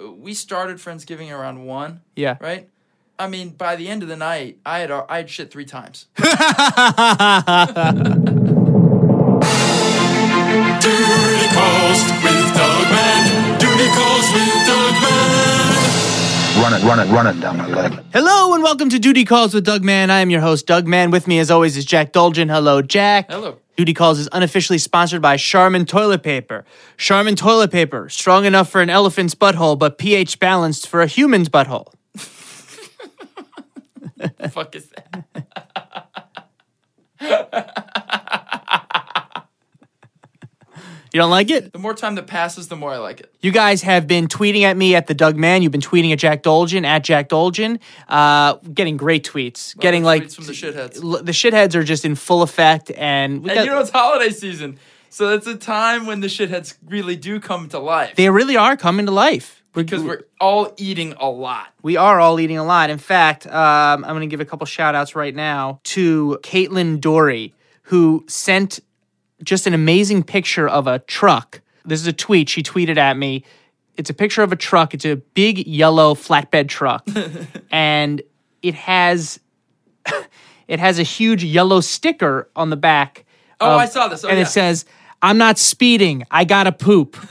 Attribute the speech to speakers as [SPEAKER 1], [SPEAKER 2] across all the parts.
[SPEAKER 1] we started Friendsgiving around one,
[SPEAKER 2] Yeah.
[SPEAKER 1] right? I mean, by the end of the night, I had I had shit three times.
[SPEAKER 3] Duty calls with Dogman. Duty calls with Dogman.
[SPEAKER 4] Run it, run it, run it down my leg.
[SPEAKER 2] Hello and welcome to Duty Calls with Doug Mann. I am your host, Doug Mann. With me, as always, is Jack Dolgen. Hello, Jack.
[SPEAKER 1] Hello.
[SPEAKER 2] Duty Calls is unofficially sponsored by Charmin Toilet Paper. Charmin Toilet Paper, strong enough for an elephant's butthole, but pH balanced for a human's butthole.
[SPEAKER 1] the fuck is that?
[SPEAKER 2] You don't like it?
[SPEAKER 1] The more time that passes, the more I like it.
[SPEAKER 2] You guys have been tweeting at me at the Doug Man. You've been tweeting at Jack Dolgen at Jack Dolgen. Uh, getting great tweets. getting like
[SPEAKER 1] tweets from the shitheads.
[SPEAKER 2] l- the shitheads are just in full effect, and, we
[SPEAKER 1] And
[SPEAKER 2] got-
[SPEAKER 1] you know it's holiday season, so that's a time when the shitheads really do come to life
[SPEAKER 2] they really are coming to life. We're-
[SPEAKER 1] because we're all eating a lot.
[SPEAKER 2] We are all eating a lot. In fact, um, I'm going to give a couple shout outs right now to Caitlin Dory, who sent just an amazing picture of a truck. This is a tweet she tweeted at me. It's a picture of a truck. It's a big yellow flatbed truck, and it has it has a huge yellow sticker on the back.
[SPEAKER 1] Oh,
[SPEAKER 2] of-
[SPEAKER 1] I saw this. Oh,
[SPEAKER 2] Um, and
[SPEAKER 1] yeah.
[SPEAKER 2] it says, "I'm not speeding. I gotta poop."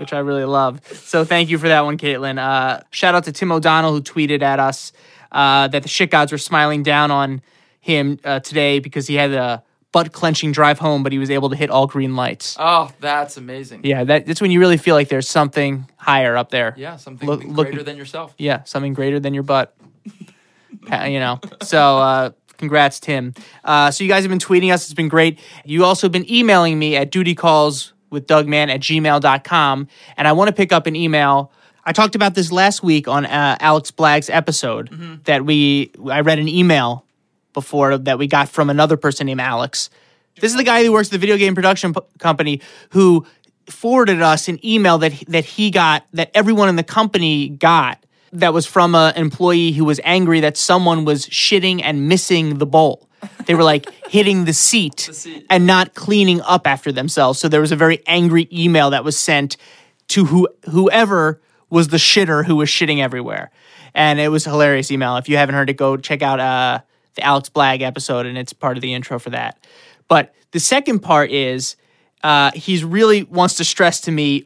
[SPEAKER 2] which I really love. So thank you for that one, Caitlin. Uh, shout out to Tim O'Donnell who tweeted at us uh, that the shit gods were smiling down on him uh, today because he had a butt clenching drive home, but he was able to hit all green lights.
[SPEAKER 1] Oh, that's amazing.
[SPEAKER 2] yeah, that, that's when you really feel like there's something higher up there.
[SPEAKER 1] Yeah, something
[SPEAKER 2] Look- look-
[SPEAKER 1] greater than yourself.
[SPEAKER 2] Yeah, something greater than your butt. Pa- you know. So uh congrats, Tim. Uh so you guys have been tweeting us, it's been great. You also have been emailing me at duty calls with Dougman at gmail.com. And I want to pick up an email. I talked about this last week on uh, Alex Blagg's episode that we I read an email before that we got from another person named Alex. This is the guy who works at the video game production p- company who forwarded us an email that he- that he got that everyone in the company got that was from an employee who was angry that someone was shitting and missing the bowl. They were like hitting the seat,
[SPEAKER 1] seat.
[SPEAKER 2] and not cleaning up after themselves. So there was a very angry email that was sent to who whoever was the shitter who was shitting everywhere. And it was a hilarious email. If you haven't heard it, go check out uh, the Alex Blagg episode, and it's part of the intro for that. But the second part is uh, he's really wants to stress to me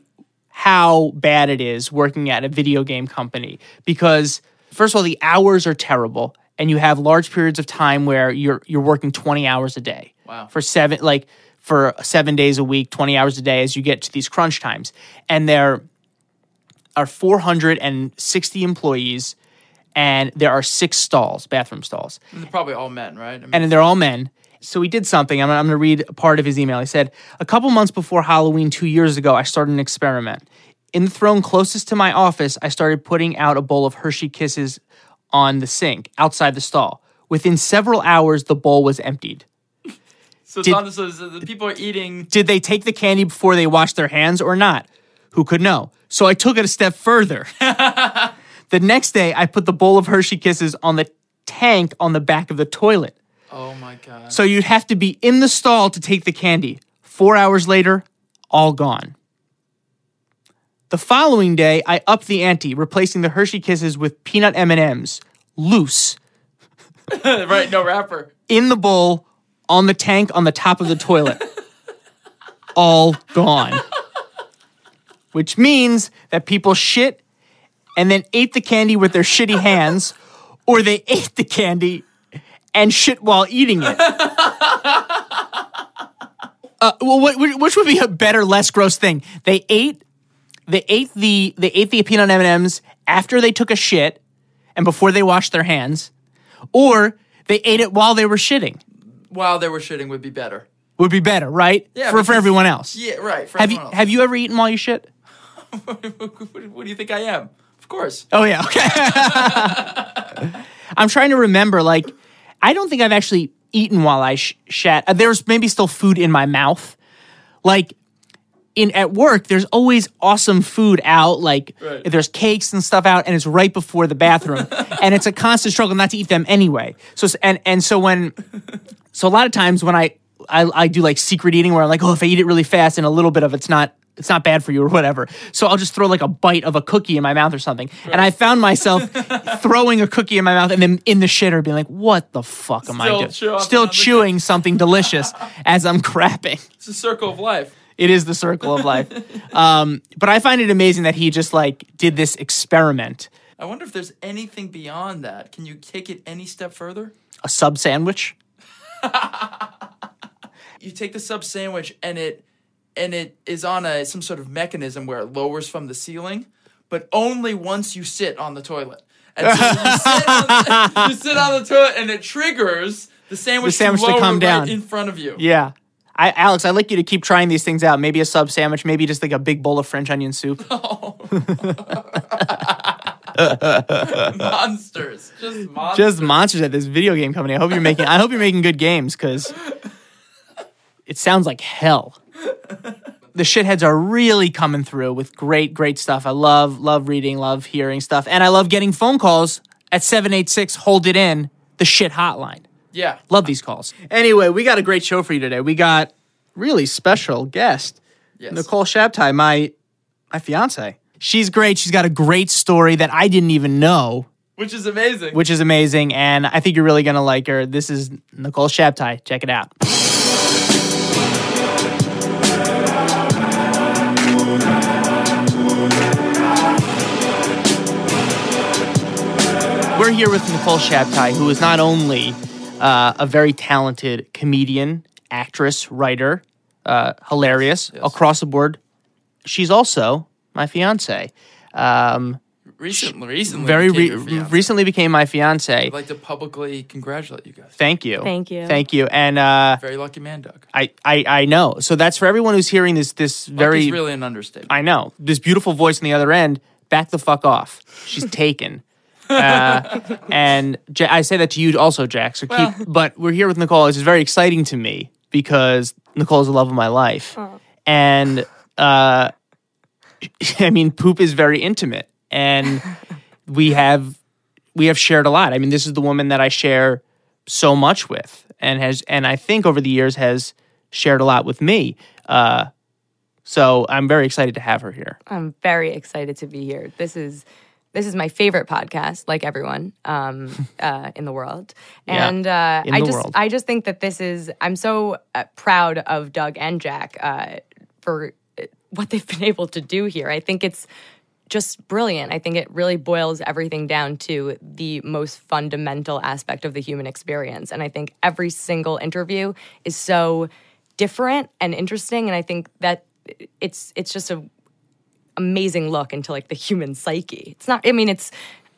[SPEAKER 2] how bad it is working at a video game company because first of all the hours are terrible and you have large periods of time where you're you're working 20 hours a day
[SPEAKER 1] Wow.
[SPEAKER 2] for seven like for 7 days a week 20 hours a day as you get to these crunch times and there are 460 employees and there are six stalls bathroom stalls
[SPEAKER 1] And they're probably all men, right? I mean,
[SPEAKER 2] and they're all men. So he did something. I'm, I'm going to read a part of his email. He said, A couple months before Halloween two years ago, I started an experiment. In the throne closest to my office, I started putting out a bowl of Hershey Kisses on the sink outside the stall. Within several hours, the bowl was emptied.
[SPEAKER 1] so, it's
[SPEAKER 2] did-
[SPEAKER 1] on the, so the people are eating.
[SPEAKER 2] Did they take the candy before they washed their hands or not? Who could know? So I took it a step further. the next day, I put the bowl of Hershey Kisses on the tank on the back of the toilet.
[SPEAKER 1] Oh my god.
[SPEAKER 2] So you'd have to be in the stall to take the candy. Four hours later, all gone. The following day, I upped the ante, replacing the Hershey Kisses with peanut M&Ms, loose,
[SPEAKER 1] right, no rapper.
[SPEAKER 2] in the bowl, on the tank, on the top of the toilet. all gone. Which means that people shit and then ate the candy with their shitty hands, or they ate the candy and shit while eating it. Uh, well, what, which which would be a better, less gross thing? They ate, they ate the they ate the peanut M and M's after they took a shit and before they washed their hands, or they ate it while they were shitting.
[SPEAKER 1] While they were shitting would be better.
[SPEAKER 2] Would be better, right?
[SPEAKER 1] Yeah,
[SPEAKER 2] for, for
[SPEAKER 1] because-
[SPEAKER 2] everyone else.
[SPEAKER 1] Yeah, right. For
[SPEAKER 2] have you
[SPEAKER 1] everyone
[SPEAKER 2] have you ever eaten while you shit?
[SPEAKER 1] else. what do you think I am? Of course.
[SPEAKER 2] Oh yeah. Okay. I'm trying to remember. Like, I don't think I've actually eaten while I sh- shat. Uh, There's maybe still food in my mouth. Like, in at work, there's always awesome food out. Like,
[SPEAKER 1] Right.
[SPEAKER 2] there's cakes and stuff out, and it's right before the bathroom, and it's a constant struggle not to eat them anyway. So s- and and so when so a lot of times when I I, I do like secret eating where I'm like, oh, if I eat it really fast and a little bit of it's not it's not bad for you or whatever. So I'll just throw like a bite of a cookie in my mouth or something. And I found myself throwing a cookie in my mouth and then in the shitter being like, what the fuck am I
[SPEAKER 1] Still
[SPEAKER 2] doing?
[SPEAKER 1] chew up
[SPEAKER 2] Still
[SPEAKER 1] another cookie.
[SPEAKER 2] chewing something delicious as I'm crapping.
[SPEAKER 1] It's a circle of life.
[SPEAKER 2] It is the circle of life. Um, but I find it amazing that he just like did this experiment.
[SPEAKER 1] I wonder if there's anything beyond that. Can you take it any step further?
[SPEAKER 2] A sub sandwich.
[SPEAKER 1] You take the sub sandwich and it and it is on a some sort of mechanism where it lowers from the ceiling, but only once you sit on the toilet. And so you, sit on the, you sit on the toilet and it triggers the sandwich,
[SPEAKER 2] sandwich to
[SPEAKER 1] to, lower
[SPEAKER 2] come
[SPEAKER 1] right
[SPEAKER 2] down.
[SPEAKER 1] in front of you.
[SPEAKER 2] Yeah. I, Alex, I'd like you to keep trying these things out. Maybe a sub sandwich, maybe just like a big bowl of French onion soup.
[SPEAKER 1] Monsters. Just monsters.
[SPEAKER 2] just monsters at this video game company. I hope you're making. I hope you're making good games because it sounds like hell. The shitheads are really coming through with great, great stuff. I love, love reading, love hearing stuff, and I love getting phone calls at seven eight six. Hold it in the shit hotline.
[SPEAKER 1] yeah.
[SPEAKER 2] Love these calls. Anyway, we got a great show for you today. We got really special guest.
[SPEAKER 1] Yes.
[SPEAKER 2] Nicole Shabtai, my my fiance. She's great. She's got a great story that I didn't even know
[SPEAKER 1] Which is amazing.
[SPEAKER 2] which is amazing. And I think you're really going to like her. This is Nicole Shabtai. Check it out. We're here with Nicole Shabtai, who is not only uh, a very talented comedian, actress, writer, uh, hilarious across the board, she's also my fiance. Um,
[SPEAKER 1] recently recently
[SPEAKER 2] very
[SPEAKER 1] became
[SPEAKER 2] re-
[SPEAKER 1] your fiance.
[SPEAKER 2] recently became my fiance.
[SPEAKER 1] I'd like to publicly congratulate you guys.
[SPEAKER 2] Thank you.
[SPEAKER 5] Thank you.
[SPEAKER 2] Thank you. And uh,
[SPEAKER 1] Very lucky man, Doug.
[SPEAKER 2] I, I I know. So that's for everyone who's hearing this this
[SPEAKER 1] Very
[SPEAKER 2] very
[SPEAKER 1] really an understatement.
[SPEAKER 2] I know. This beautiful voice on the other end, back the fuck off. She's taken. uh, and ja- I say that to you also, Jack. So keep. but we're here with Nicole. This is very exciting to me because Nicole is the love of my life, and uh, I mean, poop is very intimate, and we have we have shared a lot. I mean, this is the woman that I share so much with, and has and I think over the years has shared a lot with me. Uh, so I'm very excited to have her here.
[SPEAKER 5] I'm very excited to be here. This is this is my favorite podcast, like everyone um, uh, in the world.
[SPEAKER 2] Yeah,
[SPEAKER 5] And uh,
[SPEAKER 2] in
[SPEAKER 5] I
[SPEAKER 2] the
[SPEAKER 5] just
[SPEAKER 2] world.
[SPEAKER 5] I just think that this is I'm so uh, proud of Doug and Jack uh, for uh, what they've been able to do here. I think it's just brilliant. I think it really boils everything down to the most fundamental aspect of the human experience. And I think every single interview is so different and interesting. And I think that it's it's just a amazing look into like the human psyche. It's not. I mean, it's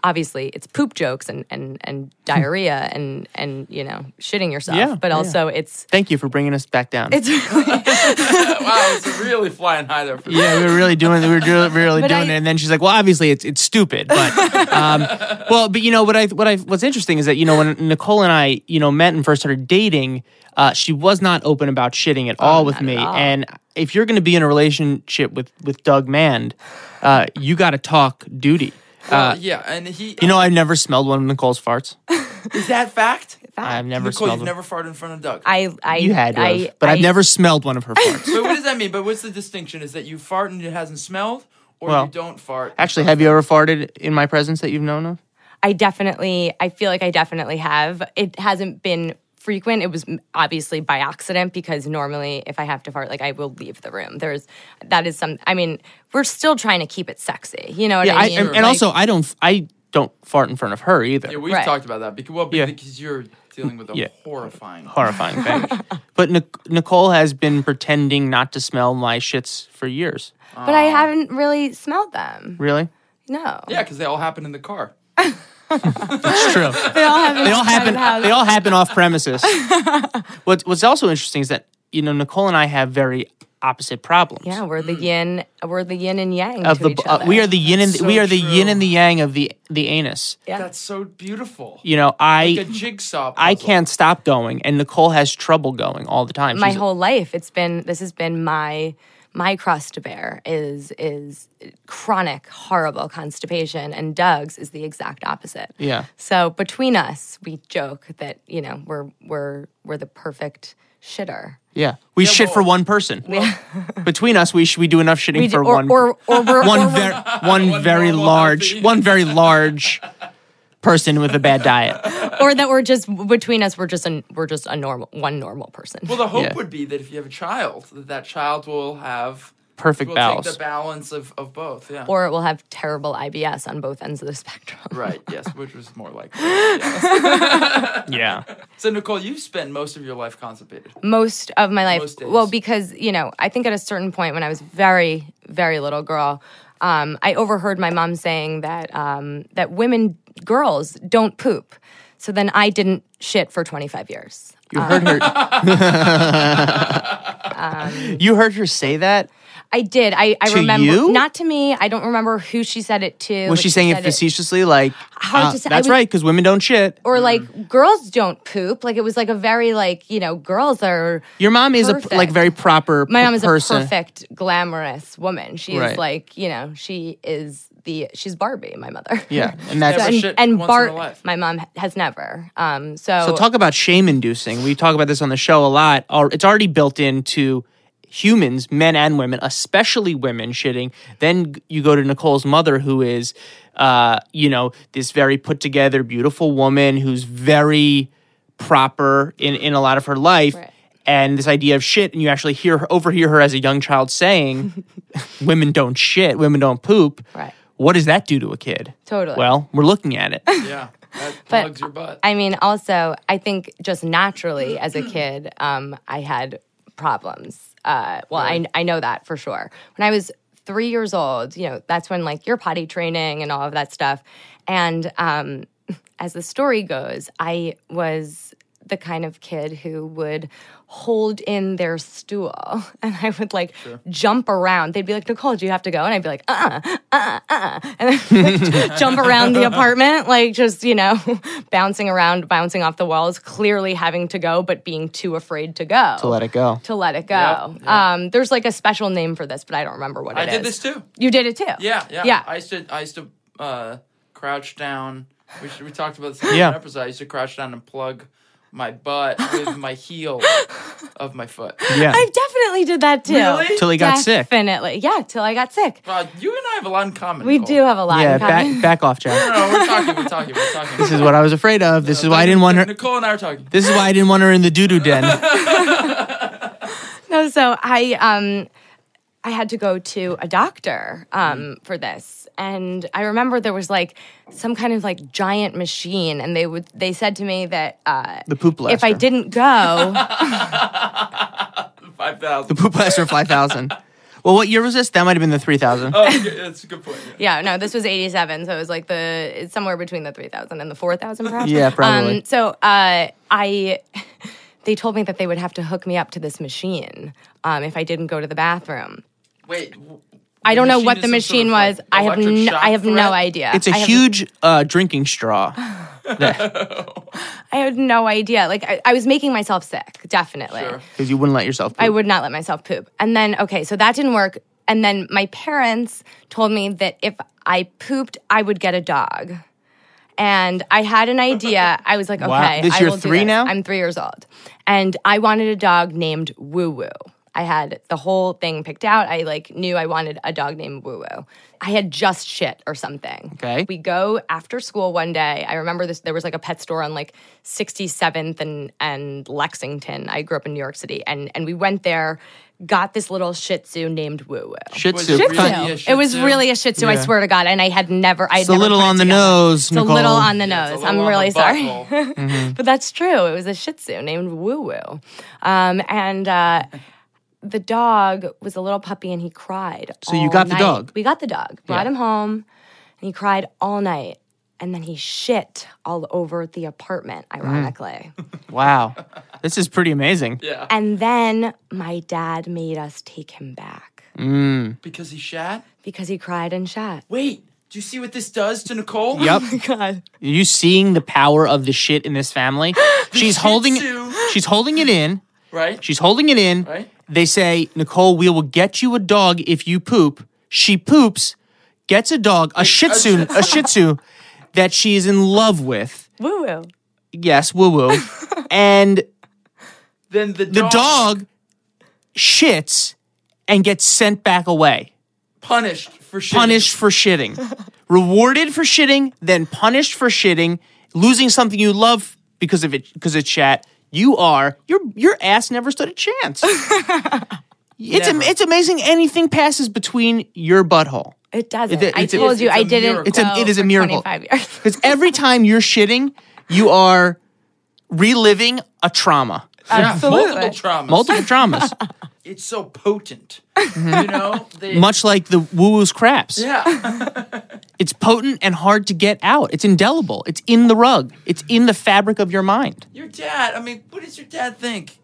[SPEAKER 5] obviously it's poop jokes and and and diarrhea and and you know shitting yourself.
[SPEAKER 2] Yeah,
[SPEAKER 5] but
[SPEAKER 2] yeah.
[SPEAKER 5] also it's
[SPEAKER 2] Thank you for bringing us back down.
[SPEAKER 5] it's really,
[SPEAKER 1] wow, it's really flying high there. For
[SPEAKER 2] yeah, we were really doing, we were really, really
[SPEAKER 5] But
[SPEAKER 2] doing
[SPEAKER 5] I-
[SPEAKER 2] it. And then she's like, "Well, obviously, it's it's stupid." But um, well, but you know what I what I what's interesting is that you know when Nicole and I you know met and first started dating, uh, she was not open about shitting at all with me. And if you're going to be in a relationship with with Doug Mand, uh, you got to talk duty.
[SPEAKER 1] Uh, yeah, and he.
[SPEAKER 2] You know, I've never smelled one of Nicole's farts.
[SPEAKER 1] is that fact?
[SPEAKER 2] I've never
[SPEAKER 1] Nicole,
[SPEAKER 2] smelled.
[SPEAKER 1] you've
[SPEAKER 2] one.
[SPEAKER 1] never farted in front of Doug.
[SPEAKER 5] I I
[SPEAKER 2] you had, to
[SPEAKER 5] I,
[SPEAKER 2] have, but I've
[SPEAKER 5] I-
[SPEAKER 2] never smelled one of her farts.
[SPEAKER 1] but what does that mean? But what's the distinction? Is that you fart and it hasn't smelled, or
[SPEAKER 2] Well,
[SPEAKER 1] you don't fart?
[SPEAKER 2] Actually, have you ever farted in my presence that you've known of?
[SPEAKER 5] I definitely, I feel like I definitely have. It hasn't been frequent. It was m- obviously by accident because normally if I have to fart, like I will leave the room. There's, that is some, I mean, we're still trying to keep it sexy. You know what
[SPEAKER 2] Yeah,
[SPEAKER 5] I
[SPEAKER 2] I,
[SPEAKER 5] mean?
[SPEAKER 2] and, and
[SPEAKER 5] Like,
[SPEAKER 2] also I don't I don't fart in front of her either.
[SPEAKER 1] yeah, we've
[SPEAKER 5] Right.
[SPEAKER 1] talked about that because well,
[SPEAKER 2] Yeah.
[SPEAKER 1] because you're dealing with a
[SPEAKER 2] Yeah.
[SPEAKER 1] horrifying.
[SPEAKER 2] Horrifying thing. but Nic- Nicole has been pretending not to smell my shits for years.
[SPEAKER 5] but I haven't really smelled them.
[SPEAKER 2] Really?
[SPEAKER 5] No.
[SPEAKER 1] Yeah, because they all happen in the car.
[SPEAKER 2] It's true.
[SPEAKER 5] They all have
[SPEAKER 2] they all happen they all happen off premises. What what's also interesting is that you know Nicole and I have very opposite problems.
[SPEAKER 5] Yeah, we're the yin, we're the yin and yang
[SPEAKER 2] Mm. Of
[SPEAKER 5] to
[SPEAKER 2] the
[SPEAKER 5] each
[SPEAKER 2] uh,
[SPEAKER 5] other.
[SPEAKER 2] we are the yin and
[SPEAKER 1] That's so
[SPEAKER 2] we are the yin
[SPEAKER 1] true.
[SPEAKER 2] and the yang of the the anus.
[SPEAKER 5] Yeah.
[SPEAKER 1] That's so beautiful.
[SPEAKER 2] You know, I
[SPEAKER 1] Like a jigsaw. Puzzle.
[SPEAKER 2] I can't stop going and Nicole has trouble going all the time.
[SPEAKER 5] my
[SPEAKER 2] She's-
[SPEAKER 5] whole life it's been this has been my my crust to bear is is chronic horrible constipation and doug's is the exact opposite
[SPEAKER 2] Yeah.
[SPEAKER 5] so between us we joke that you know we're we're we're the perfect shitter
[SPEAKER 2] Yeah, we shit for
[SPEAKER 1] well-
[SPEAKER 2] one person. Between us, we sh- we do enough shitting
[SPEAKER 5] We do,
[SPEAKER 2] for
[SPEAKER 5] or,
[SPEAKER 2] one
[SPEAKER 5] or or we're,
[SPEAKER 2] one
[SPEAKER 5] or we're-
[SPEAKER 2] ver- one, very
[SPEAKER 1] normal,
[SPEAKER 2] large
[SPEAKER 1] healthy.
[SPEAKER 2] one very large person with a bad diet.
[SPEAKER 5] or that we're just between us. We're just an, we're just a normal one normal person.
[SPEAKER 1] Well, the hope
[SPEAKER 2] Yeah.
[SPEAKER 1] would be that if you have a child, that that child will have
[SPEAKER 2] Perfect
[SPEAKER 1] will Take
[SPEAKER 2] bowels.
[SPEAKER 1] the balance of, of both. Yeah.
[SPEAKER 5] or it will have terrible IBS on both ends of the spectrum.
[SPEAKER 1] right. Yes, which was more like. yes.
[SPEAKER 2] Yeah.
[SPEAKER 1] So Nicole, you've spent most of your life constipated.
[SPEAKER 5] Mm. most of my life.
[SPEAKER 1] Most days.
[SPEAKER 5] Well, because you know, I think at a certain point when I was very, very little girl, um, I overheard my mom saying that um, that women, girls, don't poop. So then I didn't shit for 25 years.
[SPEAKER 2] You heard her.
[SPEAKER 5] Um,
[SPEAKER 2] you heard her say that.
[SPEAKER 5] I did. I, I
[SPEAKER 2] To
[SPEAKER 5] remember
[SPEAKER 2] you?
[SPEAKER 5] not to me. I don't remember who she said it to.
[SPEAKER 2] Was
[SPEAKER 5] but
[SPEAKER 2] she saying it
[SPEAKER 5] said
[SPEAKER 2] facetiously? Like
[SPEAKER 5] Hard
[SPEAKER 2] uh,
[SPEAKER 5] to say. I
[SPEAKER 2] that's
[SPEAKER 5] would-
[SPEAKER 2] right because women don't shit.
[SPEAKER 5] or like girls don't poop. Like it was like a very like you know girls are.
[SPEAKER 2] Your mom is a
[SPEAKER 5] Perfect.
[SPEAKER 2] p- like very proper.
[SPEAKER 5] my mom is
[SPEAKER 2] person.
[SPEAKER 5] a perfect glamorous woman she
[SPEAKER 2] Right.
[SPEAKER 5] is like you know she is the she's barbie my mother
[SPEAKER 2] Yeah, and
[SPEAKER 5] So-
[SPEAKER 2] that's
[SPEAKER 1] Never
[SPEAKER 5] and,
[SPEAKER 1] shit
[SPEAKER 5] and
[SPEAKER 1] once in her
[SPEAKER 5] bart
[SPEAKER 1] life.
[SPEAKER 5] my mom has never um so,
[SPEAKER 2] So talk about shame inducing. We talk about this on the show a lot. Al- It's already built into humans, men and women, especially women shitting. Then g- you go to Nicole's mother, who is, uh, you know, this very put together, beautiful woman who's very proper in in a lot of her life.
[SPEAKER 5] Right.
[SPEAKER 2] And this idea of shit, and you actually hear her, overhear her as a young child saying, "Women don't shit. Women don't poop."
[SPEAKER 5] Right.
[SPEAKER 2] What does that do to a kid?
[SPEAKER 5] Totally.
[SPEAKER 2] Well, we're looking at it.
[SPEAKER 1] Yeah. That
[SPEAKER 5] But
[SPEAKER 1] plugs your butt.
[SPEAKER 5] i mean also i think just naturally as a kid um i had problems uh well I, I know that for sure when i was three years old you know that's when like your potty training and all of that stuff and um as the story goes i was the kind of kid who would hold in their stool and I would like jump around. They'd be like, Nicole, do you have to go? And I'd be like, uh uh, uh, uh. And then like, jump around the apartment, like just, you know, bouncing around, bouncing off the walls, clearly having to go, but being too afraid to go.
[SPEAKER 2] to let it go.
[SPEAKER 5] To let it go.
[SPEAKER 1] Yep, yeah.
[SPEAKER 5] Um, there's like a special name for this, but I don't remember what
[SPEAKER 1] I
[SPEAKER 5] it
[SPEAKER 1] did this
[SPEAKER 5] is.
[SPEAKER 1] too.
[SPEAKER 5] You did it too.
[SPEAKER 1] Yeah, yeah.
[SPEAKER 5] Yeah.
[SPEAKER 1] I used to, I used to uh, crouch down. We, should, we talked about this in
[SPEAKER 2] Yeah.
[SPEAKER 1] an episode. I used to crouch down and plug my butt with my heel of my foot.
[SPEAKER 2] Yeah.
[SPEAKER 5] I definitely did that too.
[SPEAKER 1] Really?
[SPEAKER 2] Till he got sick.
[SPEAKER 5] Definitely. Yeah, till I got sick.
[SPEAKER 1] Wow, Uh, you and I have a lot in common.
[SPEAKER 5] We
[SPEAKER 1] Nicole.
[SPEAKER 5] do have a lot
[SPEAKER 2] Oh. Yeah,
[SPEAKER 5] in common.
[SPEAKER 2] back back off, Jack.
[SPEAKER 1] No, no, we're talking. We're talking. We're talking.
[SPEAKER 2] This is what I was afraid of. This is why I didn't want her.
[SPEAKER 1] Nicole and I are talking.
[SPEAKER 2] This is why I didn't want her in the doo doo den.
[SPEAKER 5] No, so I um I had to go to a doctor um
[SPEAKER 2] Mm-hmm.
[SPEAKER 5] for this. And I remember there was like some kind of like giant machine and they would they said to me that uh
[SPEAKER 2] The poop blaster.
[SPEAKER 5] if I didn't go,
[SPEAKER 1] Five thousand.
[SPEAKER 2] poop blaster five thousand. Well, what year was this? That might have been the three thousand.
[SPEAKER 1] Oh, okay, that's a good point. yeah.
[SPEAKER 5] yeah, no, this was 87, so it was like the it's somewhere between the 3000 and the 4000 perhaps.
[SPEAKER 2] Yeah, probably.
[SPEAKER 5] Um so uh I they told me that they would have to hook me up to this machine um if I didn't go to the bathroom.
[SPEAKER 1] Wait. w-
[SPEAKER 5] I don't know what
[SPEAKER 1] is
[SPEAKER 5] the
[SPEAKER 1] some sort
[SPEAKER 5] machine
[SPEAKER 1] of,
[SPEAKER 5] was.
[SPEAKER 1] like,
[SPEAKER 5] I have
[SPEAKER 1] electric
[SPEAKER 5] no,
[SPEAKER 1] shock
[SPEAKER 5] I have
[SPEAKER 1] threat?
[SPEAKER 5] no idea.
[SPEAKER 2] It's a
[SPEAKER 5] I have-
[SPEAKER 2] huge uh, drinking straw. Because
[SPEAKER 5] I had no idea. Like I, I was making myself sick, definitely.
[SPEAKER 1] Sure.
[SPEAKER 2] you wouldn't let yourself. Poop.
[SPEAKER 5] I would not let myself poop. And then okay, so that didn't work. And then my parents told me that if I pooped, I would get a dog. And I had an idea. I was like, okay,
[SPEAKER 2] Wow. This
[SPEAKER 5] I
[SPEAKER 2] you're
[SPEAKER 5] will do
[SPEAKER 2] three
[SPEAKER 5] this.
[SPEAKER 2] now?
[SPEAKER 5] I'm three years old, and I wanted a dog named Woo Woo. I had the whole thing picked out. I like knew I wanted a dog named Woo Woo. I had just shit or something.
[SPEAKER 2] Okay.
[SPEAKER 5] We go after school one day. I remember this. There was like a pet store on like 67th and and Lexington. I grew up in New York City, and and we went there. Got this little Shih Tzu named Woo Woo.
[SPEAKER 2] Shih
[SPEAKER 1] Was
[SPEAKER 2] Tzu.
[SPEAKER 1] it
[SPEAKER 5] Shih
[SPEAKER 1] really
[SPEAKER 5] Tzu.
[SPEAKER 1] a Shih
[SPEAKER 5] It was
[SPEAKER 1] Tzu?
[SPEAKER 5] really a Shih Tzu. I
[SPEAKER 2] Yeah.
[SPEAKER 5] swear to God, and I had never. I had
[SPEAKER 2] It's a
[SPEAKER 5] never
[SPEAKER 2] little
[SPEAKER 5] put it
[SPEAKER 2] on the
[SPEAKER 5] together.
[SPEAKER 2] nose.
[SPEAKER 5] It's a
[SPEAKER 2] Nicole.
[SPEAKER 5] little on the
[SPEAKER 1] It's a
[SPEAKER 5] nose.
[SPEAKER 1] little on
[SPEAKER 5] I'm
[SPEAKER 1] the
[SPEAKER 5] really sorry.
[SPEAKER 1] butthole.
[SPEAKER 5] But that's true. It was a Shih Tzu named Woo Woo, um, and uh, the dog was a little puppy, and he cried.
[SPEAKER 2] So you
[SPEAKER 5] all
[SPEAKER 2] got the
[SPEAKER 5] night.
[SPEAKER 2] dog?
[SPEAKER 5] We got the dog. Brought
[SPEAKER 2] Yeah.
[SPEAKER 5] him home, and he cried all night, and then he shit all over the apartment.
[SPEAKER 2] Mm-hmm.
[SPEAKER 5] Ironically,
[SPEAKER 2] Wow, this is pretty amazing.
[SPEAKER 1] Yeah.
[SPEAKER 5] and then my dad made us take him back
[SPEAKER 1] Because he shat.
[SPEAKER 5] because he cried and shat.
[SPEAKER 1] Wait. Do you see what this does to Nicole?
[SPEAKER 2] Yep.
[SPEAKER 5] God.
[SPEAKER 2] Are you seeing the power of the shit in this family? She's holding.
[SPEAKER 1] Tzu.
[SPEAKER 2] She's holding it in.
[SPEAKER 1] Right.
[SPEAKER 2] She's holding it in.
[SPEAKER 1] Right.
[SPEAKER 2] They say, Nicole, we will get you a dog if you poop. She poops, gets a dog, a Shih Tzu, a Shih Tzu that she is in love with.
[SPEAKER 5] Woo Woo.
[SPEAKER 2] Yes, woo woo. and
[SPEAKER 1] Then the
[SPEAKER 2] the dog shits and gets sent back away.
[SPEAKER 1] Punished for shit.
[SPEAKER 2] Punished for shitting. Rewarded for shitting, then punished for shitting, losing something you love because of it because it's chat. You are your your ass never stood a chance. it's am-
[SPEAKER 1] Never.
[SPEAKER 2] it's amazing anything passes between your butthole.
[SPEAKER 5] It doesn't.
[SPEAKER 2] It-
[SPEAKER 5] I
[SPEAKER 2] it's a-
[SPEAKER 5] told you
[SPEAKER 1] it's a
[SPEAKER 5] I didn't.
[SPEAKER 1] miracle.
[SPEAKER 2] It's a- it
[SPEAKER 5] go
[SPEAKER 2] is a
[SPEAKER 5] for
[SPEAKER 2] miracle.
[SPEAKER 5] 25 years.
[SPEAKER 2] Because every time you're shitting, you are reliving a trauma.
[SPEAKER 1] yeah, multiple
[SPEAKER 5] Absolutely.
[SPEAKER 1] traumas.
[SPEAKER 2] Multiple traumas.
[SPEAKER 1] It's so potent. You know? They,
[SPEAKER 2] Mm-hmm. Much like the woo woo's craps.
[SPEAKER 1] Yeah.
[SPEAKER 2] It's potent and hard to get out. It's indelible. It's in the rug. It's in the fabric of your mind.
[SPEAKER 1] Your dad, I mean, what does your dad think?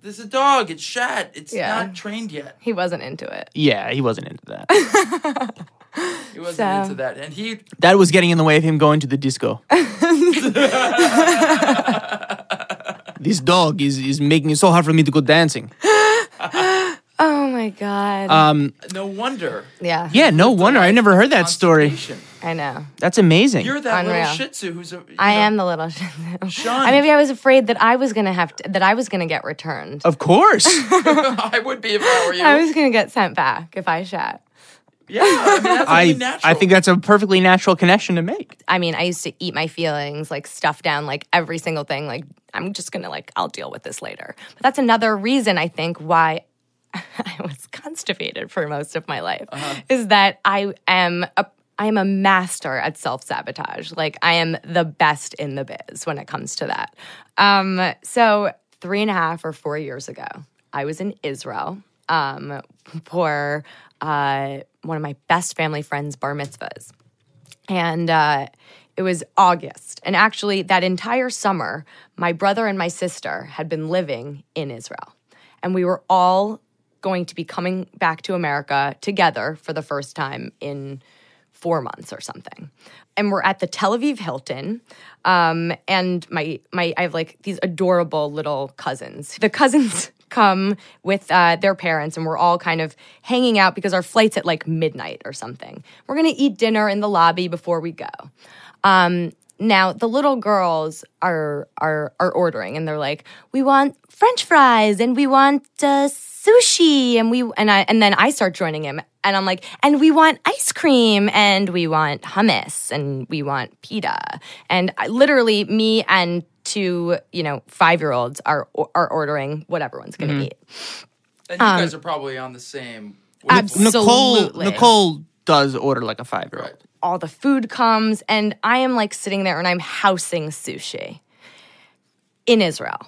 [SPEAKER 1] There's a dog, it's shat, it's
[SPEAKER 5] Yeah.
[SPEAKER 1] not trained yet.
[SPEAKER 5] He wasn't into it.
[SPEAKER 2] Yeah, he wasn't into that.
[SPEAKER 1] He wasn't
[SPEAKER 5] So-
[SPEAKER 1] into that. And he
[SPEAKER 2] that was getting in the way of him going to the disco. this dog is, is making it so hard for me to go dancing.
[SPEAKER 5] Oh my god.
[SPEAKER 1] no wonder.
[SPEAKER 5] yeah.
[SPEAKER 2] Um, Yeah, no wonder. I never heard that story.
[SPEAKER 1] Constipation.
[SPEAKER 5] I know.
[SPEAKER 2] That's amazing.
[SPEAKER 1] You're that
[SPEAKER 5] Unreal.
[SPEAKER 1] little Shih Tzu who's a. you
[SPEAKER 5] I
[SPEAKER 1] know,
[SPEAKER 5] am the little.
[SPEAKER 1] Shunned.
[SPEAKER 5] I maybe I was afraid that I was gonna have to, that I was gonna get returned.
[SPEAKER 2] of course.
[SPEAKER 1] I would be if I were you.
[SPEAKER 5] I was gonna get sent back if I shat.
[SPEAKER 1] yeah, I mean, that's only
[SPEAKER 2] I,
[SPEAKER 1] natural.
[SPEAKER 2] I think that's a perfectly natural connection to make.
[SPEAKER 5] I mean, I used to eat my feelings, like stuff down like every single thing. Like, I'm just gonna like, I'll deal with this later. But that's another reason I think why I was constipated for most of my life is that I am a I am a master at self sabotage. Like I am the best in the biz when it comes to that. Um, so three and a half or four years ago, I was in Israel um, for uh, one of my best family friends' bar mitzvahs and uh, it was August. And actually, that entire summer, my brother and my sister had been living in Israel, and we were all going to be coming back to America together for the first time in four months or something. And we're at the Tel Aviv Hilton. Um, and my my I have like these adorable little cousins. The cousins come with uh, their parents, and we're all kind of hanging out because our flight's at like midnight or something. We're gonna eat dinner in the lobby before we go. Um, now the little girls are are are ordering, and they're like, "We want French fries, and we want uh, sushi, and we and I and then I start joining him, and I'm like, and we want ice cream, and we want hummus, and we want pita, and I, literally me and two you know five year olds are are ordering what everyone's
[SPEAKER 2] Mm-hmm.
[SPEAKER 5] gonna eat.
[SPEAKER 1] And you
[SPEAKER 5] Um,
[SPEAKER 1] guys are probably on the same. wavelength.
[SPEAKER 2] Nicole
[SPEAKER 5] Absolutely.
[SPEAKER 2] Nicole does order like a five year old.
[SPEAKER 1] Right.
[SPEAKER 5] all the food comes, and I am like sitting there and I'm housing sushi in Israel.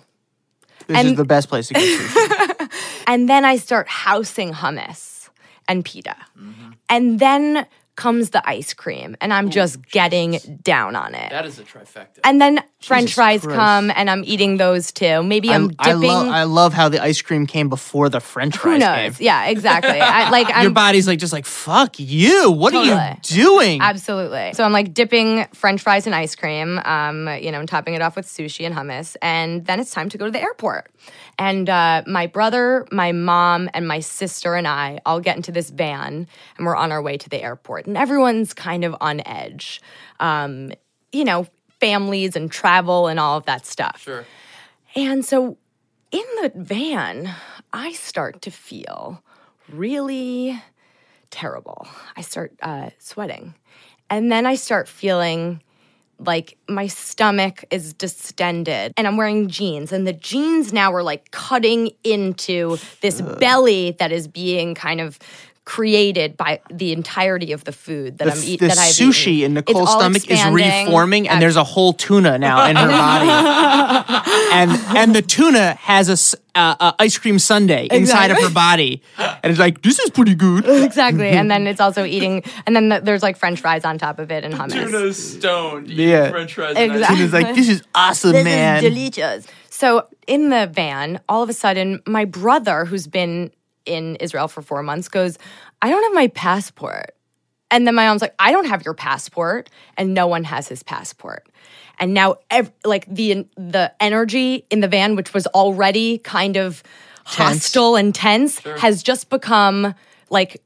[SPEAKER 2] This is
[SPEAKER 5] And-
[SPEAKER 2] the best place to get sushi.
[SPEAKER 5] And then I start housing hummus and pita.
[SPEAKER 2] Mm-hmm.
[SPEAKER 5] And then comes the ice cream, and I'm just getting down on it.
[SPEAKER 1] That is a trifecta.
[SPEAKER 5] and then french fries
[SPEAKER 2] Christ.
[SPEAKER 5] come, and I'm eating those too. Maybe I'm,
[SPEAKER 2] I
[SPEAKER 5] dipping.
[SPEAKER 2] love I love how the ice cream came before the French fries
[SPEAKER 5] who knows?
[SPEAKER 2] came.
[SPEAKER 5] Yeah, exactly. I, like I'm
[SPEAKER 2] Your body's like just like fuck you. What are you
[SPEAKER 5] Totally.
[SPEAKER 2] doing?
[SPEAKER 5] Absolutely. So I'm like dipping French fries in ice cream, um, you know, and topping it off with sushi and hummus, and then it's time to go to the airport. And uh, my brother, my mom, and my sister and I all get into this van, and we're on our way to the airport, and everyone's kind of on edge, um, you know, families and travel and all of that stuff.
[SPEAKER 1] sure.
[SPEAKER 5] And so in the van, I start to feel really terrible. I start uh, sweating. And then I start feeling like my stomach is distended and I'm wearing jeans. And the jeans now are like cutting into this belly that is being kind of created by the entirety of the food that
[SPEAKER 2] The,
[SPEAKER 5] I'm
[SPEAKER 2] f-
[SPEAKER 5] eat-
[SPEAKER 2] the
[SPEAKER 5] that I've
[SPEAKER 2] sushi
[SPEAKER 5] eaten.
[SPEAKER 2] in
[SPEAKER 5] It's
[SPEAKER 2] Nicole's
[SPEAKER 5] all
[SPEAKER 2] stomach is
[SPEAKER 5] expanding.
[SPEAKER 2] reforming, and there's a whole tuna now in her body, and and the tuna has a s- uh, uh, ice cream sundae inside of her body, and it's like this is pretty good.
[SPEAKER 5] Exactly. And then it's also eating, and then the, there's like french fries on top of it and hummus.
[SPEAKER 1] Tuna's stoned.
[SPEAKER 2] Yeah.
[SPEAKER 1] Yeah. French fries. and ice
[SPEAKER 5] Exactly.
[SPEAKER 2] It's like this is awesome, man.
[SPEAKER 5] delicious. So in the van, all of a sudden, my brother, who's been in Israel for four months, goes, I don't have my passport. And then my mom's like, I don't have your passport. And no one has his passport. And now, ev- like the the energy in the van, which was already kind of hostile and tense, has just become like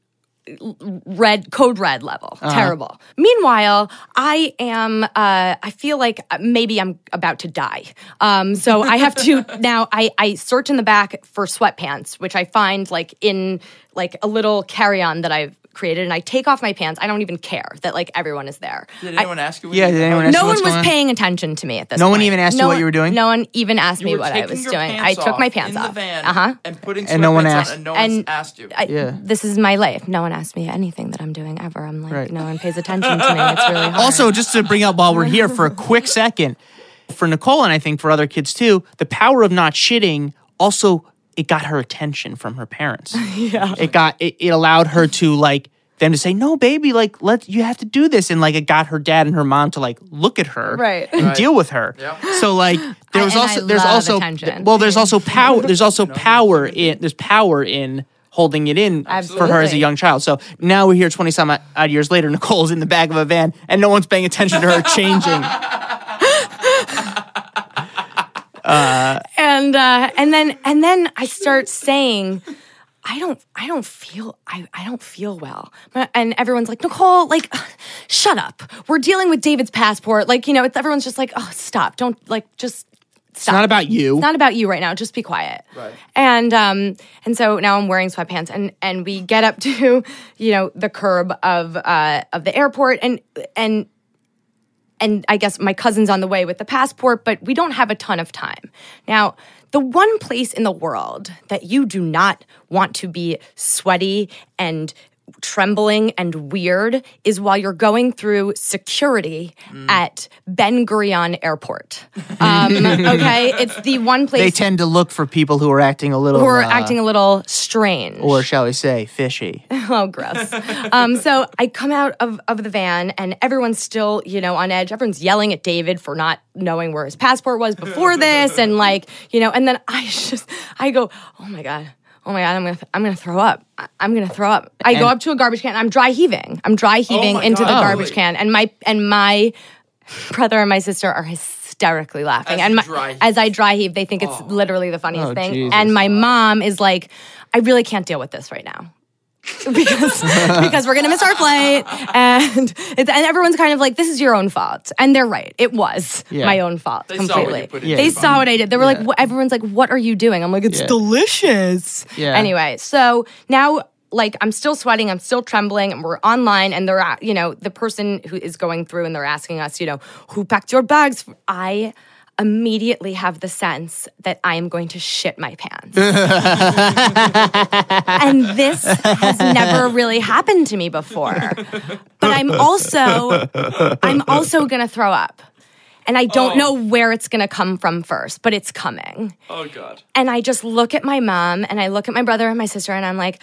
[SPEAKER 5] red code red level
[SPEAKER 1] Uh-huh.
[SPEAKER 5] terrible meanwhile i am uh, i feel like uh, maybe i'm about to die um, so i have to now I, I search in the back for sweatpants which i find like in like a little carry-on that i've created and i take off my pants i don't even care that like everyone is there
[SPEAKER 1] Did
[SPEAKER 5] I-
[SPEAKER 1] anyone ask you? What
[SPEAKER 2] Yeah,
[SPEAKER 1] you
[SPEAKER 2] did
[SPEAKER 1] were
[SPEAKER 2] anyone
[SPEAKER 1] doing?
[SPEAKER 2] ask
[SPEAKER 5] no
[SPEAKER 2] what's
[SPEAKER 5] one was
[SPEAKER 2] going on?
[SPEAKER 5] paying attention to me at this
[SPEAKER 2] No
[SPEAKER 5] point.
[SPEAKER 2] one even asked you what
[SPEAKER 5] one-
[SPEAKER 2] you were doing?
[SPEAKER 5] No one even asked me
[SPEAKER 1] You were
[SPEAKER 5] what I
[SPEAKER 1] taking
[SPEAKER 5] was
[SPEAKER 1] your
[SPEAKER 5] doing. I
[SPEAKER 1] pants
[SPEAKER 5] took my
[SPEAKER 1] off
[SPEAKER 5] pants
[SPEAKER 1] in
[SPEAKER 5] off.
[SPEAKER 1] the van
[SPEAKER 5] uh huh.
[SPEAKER 1] and putting
[SPEAKER 2] And no
[SPEAKER 1] sweatpants
[SPEAKER 2] one
[SPEAKER 1] on,
[SPEAKER 2] asked.
[SPEAKER 1] and no one's
[SPEAKER 5] And
[SPEAKER 1] asked you.
[SPEAKER 5] I,
[SPEAKER 2] Yeah.
[SPEAKER 5] This is my life. No one asks me anything that I'm doing ever. I'm like,
[SPEAKER 2] Right.
[SPEAKER 5] no one pays attention to me. It's really hard.
[SPEAKER 2] Also, just to bring up while we're here for a quick second, for Nicole and I think for other kids too, the power of not shitting also it got her attention from her parents. yeah. It got it, it allowed her to like them to say, No, baby, like let you have to do this. And like it got her dad and her mom to like look at her
[SPEAKER 5] Right.
[SPEAKER 2] and
[SPEAKER 1] Right.
[SPEAKER 2] deal with her. So like there
[SPEAKER 5] I-
[SPEAKER 2] was
[SPEAKER 5] and
[SPEAKER 2] also
[SPEAKER 5] I
[SPEAKER 2] there's
[SPEAKER 5] love
[SPEAKER 2] also
[SPEAKER 5] attention.
[SPEAKER 2] well, there's also power there's also power in there's power in holding it in for her as a
[SPEAKER 5] Absolutely.
[SPEAKER 2] young child. So now we're here 20 some odd years later. Nicole's in the back of a van and no one's paying attention to her changing.
[SPEAKER 5] and uh, and then and then I start saying, I don't I don't feel I, I don't feel well. And everyone's like, Nicole, like shut up. We're dealing with David's passport. Like, you know, it's everyone's just like, oh stop. Don't like just stop. It's
[SPEAKER 2] not about you.
[SPEAKER 5] It's not about you right now. Just be quiet.
[SPEAKER 1] Right.
[SPEAKER 5] And um and so now I'm wearing sweatpants and and we get up to, you know, the curb of uh of the airport and and and I guess my cousin's on the way with the passport, but we don't have a ton of time. Now, the one place in the world that you do not want to be sweaty and trembling and weird is while you're going through security
[SPEAKER 2] Mm.
[SPEAKER 5] at Ben Gurion Airport. Um, okay, it's the one place
[SPEAKER 2] They tend to look for people who are acting a little
[SPEAKER 5] who are
[SPEAKER 2] uh,
[SPEAKER 5] acting a little strange
[SPEAKER 2] or shall we say fishy.
[SPEAKER 5] oh gross um, so i come out of, of the van and everyone's still you know on edge everyone's yelling at david for not knowing where his passport was before this and like you know and then i just i go oh my god Oh my god! I'm gonna I'm gonna throw up. I- I'm gonna throw up. I go
[SPEAKER 2] And-
[SPEAKER 5] up to a garbage can. I'm dry heaving. I'm dry heaving
[SPEAKER 1] Oh my
[SPEAKER 5] into the
[SPEAKER 1] God.
[SPEAKER 5] garbage can, and my and my brother and my sister are hysterically laughing.
[SPEAKER 1] As
[SPEAKER 5] and
[SPEAKER 1] you
[SPEAKER 5] my,
[SPEAKER 1] dry heave.
[SPEAKER 5] as I dry heave, they think it's literally the funniest
[SPEAKER 2] Oh,
[SPEAKER 5] thing.
[SPEAKER 2] Jesus.
[SPEAKER 5] And my mom is like, I really can't deal with this right now because because we're gonna miss our flight, and it's, and everyone's kind of like, this is your own fault, and they're right. It was
[SPEAKER 2] Yeah.
[SPEAKER 5] my own fault
[SPEAKER 1] They saw what you
[SPEAKER 5] completely.
[SPEAKER 1] put in your
[SPEAKER 5] They
[SPEAKER 1] body.
[SPEAKER 5] saw what I did. They were like, "Wh- everyone's like, what are you doing? I'm like, it's
[SPEAKER 2] Yeah.
[SPEAKER 5] delicious.
[SPEAKER 2] Yeah.
[SPEAKER 5] Anyway, so now. Like I'm still sweating, I'm still trembling, and we're online, and they're at, you know the person who is going through, and they're asking us, you know, who packed your bags? I immediately have the sense that I am going to shit my pants and this has never really happened to me before. But I'm also I'm also going to throw up. And I don't know where it's going to come from first, but it's coming.
[SPEAKER 1] Oh god.
[SPEAKER 5] And I just look at my mom and I look at my brother and my sister and I'm like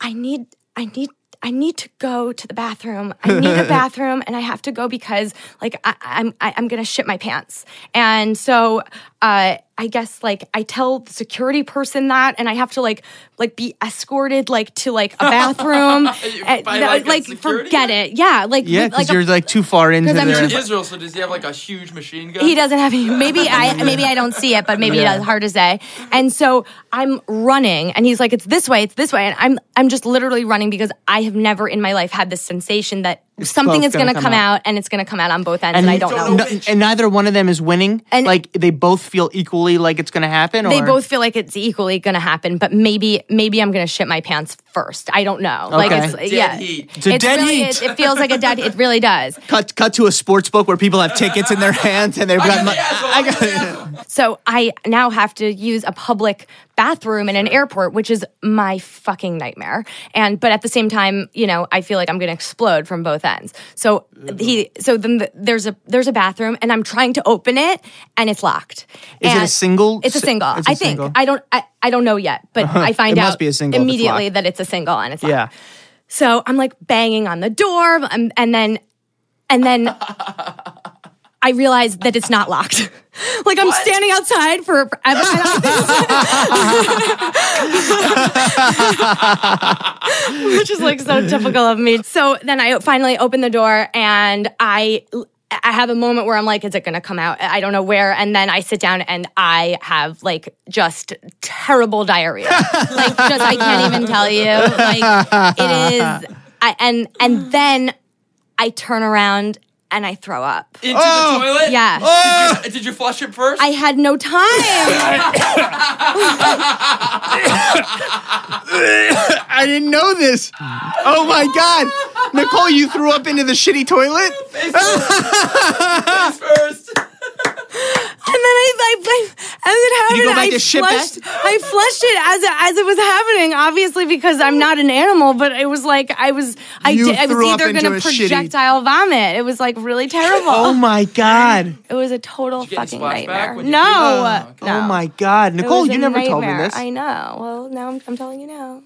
[SPEAKER 5] I need I need I need to go to the bathroom. I need a bathroom and I have to go because like I, I'm I, I'm gonna shit my pants. And so uh, I guess like I tell the security person that and I have to like like be escorted like to like a bathroom. And-
[SPEAKER 1] By, like, a
[SPEAKER 5] like
[SPEAKER 1] security
[SPEAKER 5] forget it. Yeah, like
[SPEAKER 2] Yeah,
[SPEAKER 5] with,
[SPEAKER 2] because
[SPEAKER 5] like a
[SPEAKER 2] you're like too far into
[SPEAKER 5] 'Cause I'm
[SPEAKER 1] He's
[SPEAKER 2] their
[SPEAKER 1] in
[SPEAKER 5] too-
[SPEAKER 1] Israel, so does he have like a huge machine gun?
[SPEAKER 5] he doesn't have any- maybe i maybe i don't see it but maybe
[SPEAKER 2] Yeah.
[SPEAKER 5] it's hard to say and so i'm running and he's like it's this way it's this way and i'm i'm just literally running because i have never in my life had this sensation that something
[SPEAKER 2] both
[SPEAKER 5] is going
[SPEAKER 2] gonna
[SPEAKER 5] to
[SPEAKER 2] come
[SPEAKER 5] come, out. and it's going to come out on both ends and, i don't,
[SPEAKER 1] don't
[SPEAKER 5] know
[SPEAKER 1] know
[SPEAKER 2] N- and neither one of them is winning.
[SPEAKER 5] And-
[SPEAKER 2] like they both feel equally like it's going to happen.
[SPEAKER 5] they
[SPEAKER 2] or?
[SPEAKER 5] both feel like it's equally going to happen but maybe maybe i'm going to shit my pants first i don't know like
[SPEAKER 2] Okay.
[SPEAKER 5] it's
[SPEAKER 1] Dead
[SPEAKER 5] yeah
[SPEAKER 1] heat.
[SPEAKER 2] a
[SPEAKER 5] It's
[SPEAKER 2] dead
[SPEAKER 5] really-
[SPEAKER 2] heat.
[SPEAKER 5] It, it feels like a dead it really does
[SPEAKER 2] cut cut to a sports book where people have tickets in their hands and they've got.
[SPEAKER 1] I'm
[SPEAKER 2] mo-
[SPEAKER 1] the asshole, I'm the asshole.
[SPEAKER 5] So I now have to use a public bathroom in an airport, which is my fucking nightmare. And but at the same time, you know, I feel like I'm going to explode from both ends. So he, so then the, there's a there's a bathroom, and I'm trying to open it, and it's locked.
[SPEAKER 2] Is it a
[SPEAKER 5] And-
[SPEAKER 2] single?
[SPEAKER 5] It's a
[SPEAKER 2] Si-
[SPEAKER 5] single.
[SPEAKER 2] it's a
[SPEAKER 5] I think
[SPEAKER 2] single. Uh-huh.
[SPEAKER 5] I don't I, I don't know yet, but I find
[SPEAKER 2] It
[SPEAKER 5] out
[SPEAKER 2] must be a single if it's
[SPEAKER 5] immediately
[SPEAKER 2] locked.
[SPEAKER 5] that it's a single and it's
[SPEAKER 2] Yeah.
[SPEAKER 5] locked. So I'm like banging on the door, um, and then and then I realize that it's not locked. like I'm standing outside for forever. Which is like so typical of me. So then I finally open the door and I I have a moment where I'm like, is it going to come out? I don't know where. And then I sit down and I have like just terrible diarrhea. like, just, I can't even tell you. Like, it is. I, and, and then I turn around and I throw up.
[SPEAKER 1] Into
[SPEAKER 2] Oh!
[SPEAKER 1] the toilet?
[SPEAKER 5] Yeah.
[SPEAKER 1] Did, you, did you flush it first?
[SPEAKER 5] I had no time.
[SPEAKER 2] I didn't know this. Oh my god, Nicole, you threw up into the shitty toilet.
[SPEAKER 1] first.
[SPEAKER 5] And then I, I, I as it happened,
[SPEAKER 2] you go back
[SPEAKER 5] I
[SPEAKER 2] to shit
[SPEAKER 5] flushed, I flushed it as it, as it was happening. Obviously, because I'm not an animal, but it was like I was, I,
[SPEAKER 2] You
[SPEAKER 5] did, I was
[SPEAKER 2] threw up
[SPEAKER 5] either going
[SPEAKER 2] into
[SPEAKER 5] to
[SPEAKER 2] a shitty-
[SPEAKER 5] projectile vomit. It was like really terrible.
[SPEAKER 2] Oh my god.
[SPEAKER 5] it was a total
[SPEAKER 1] you get any
[SPEAKER 5] fucking
[SPEAKER 1] splashback
[SPEAKER 5] nightmare.
[SPEAKER 1] when you
[SPEAKER 5] No,
[SPEAKER 1] puke?
[SPEAKER 5] no.
[SPEAKER 2] Oh my god,
[SPEAKER 5] It
[SPEAKER 2] Nicole,
[SPEAKER 5] was a
[SPEAKER 2] you never told me
[SPEAKER 5] nightmare.
[SPEAKER 2] this.
[SPEAKER 5] I know. Well, now I'm, I'm telling you now.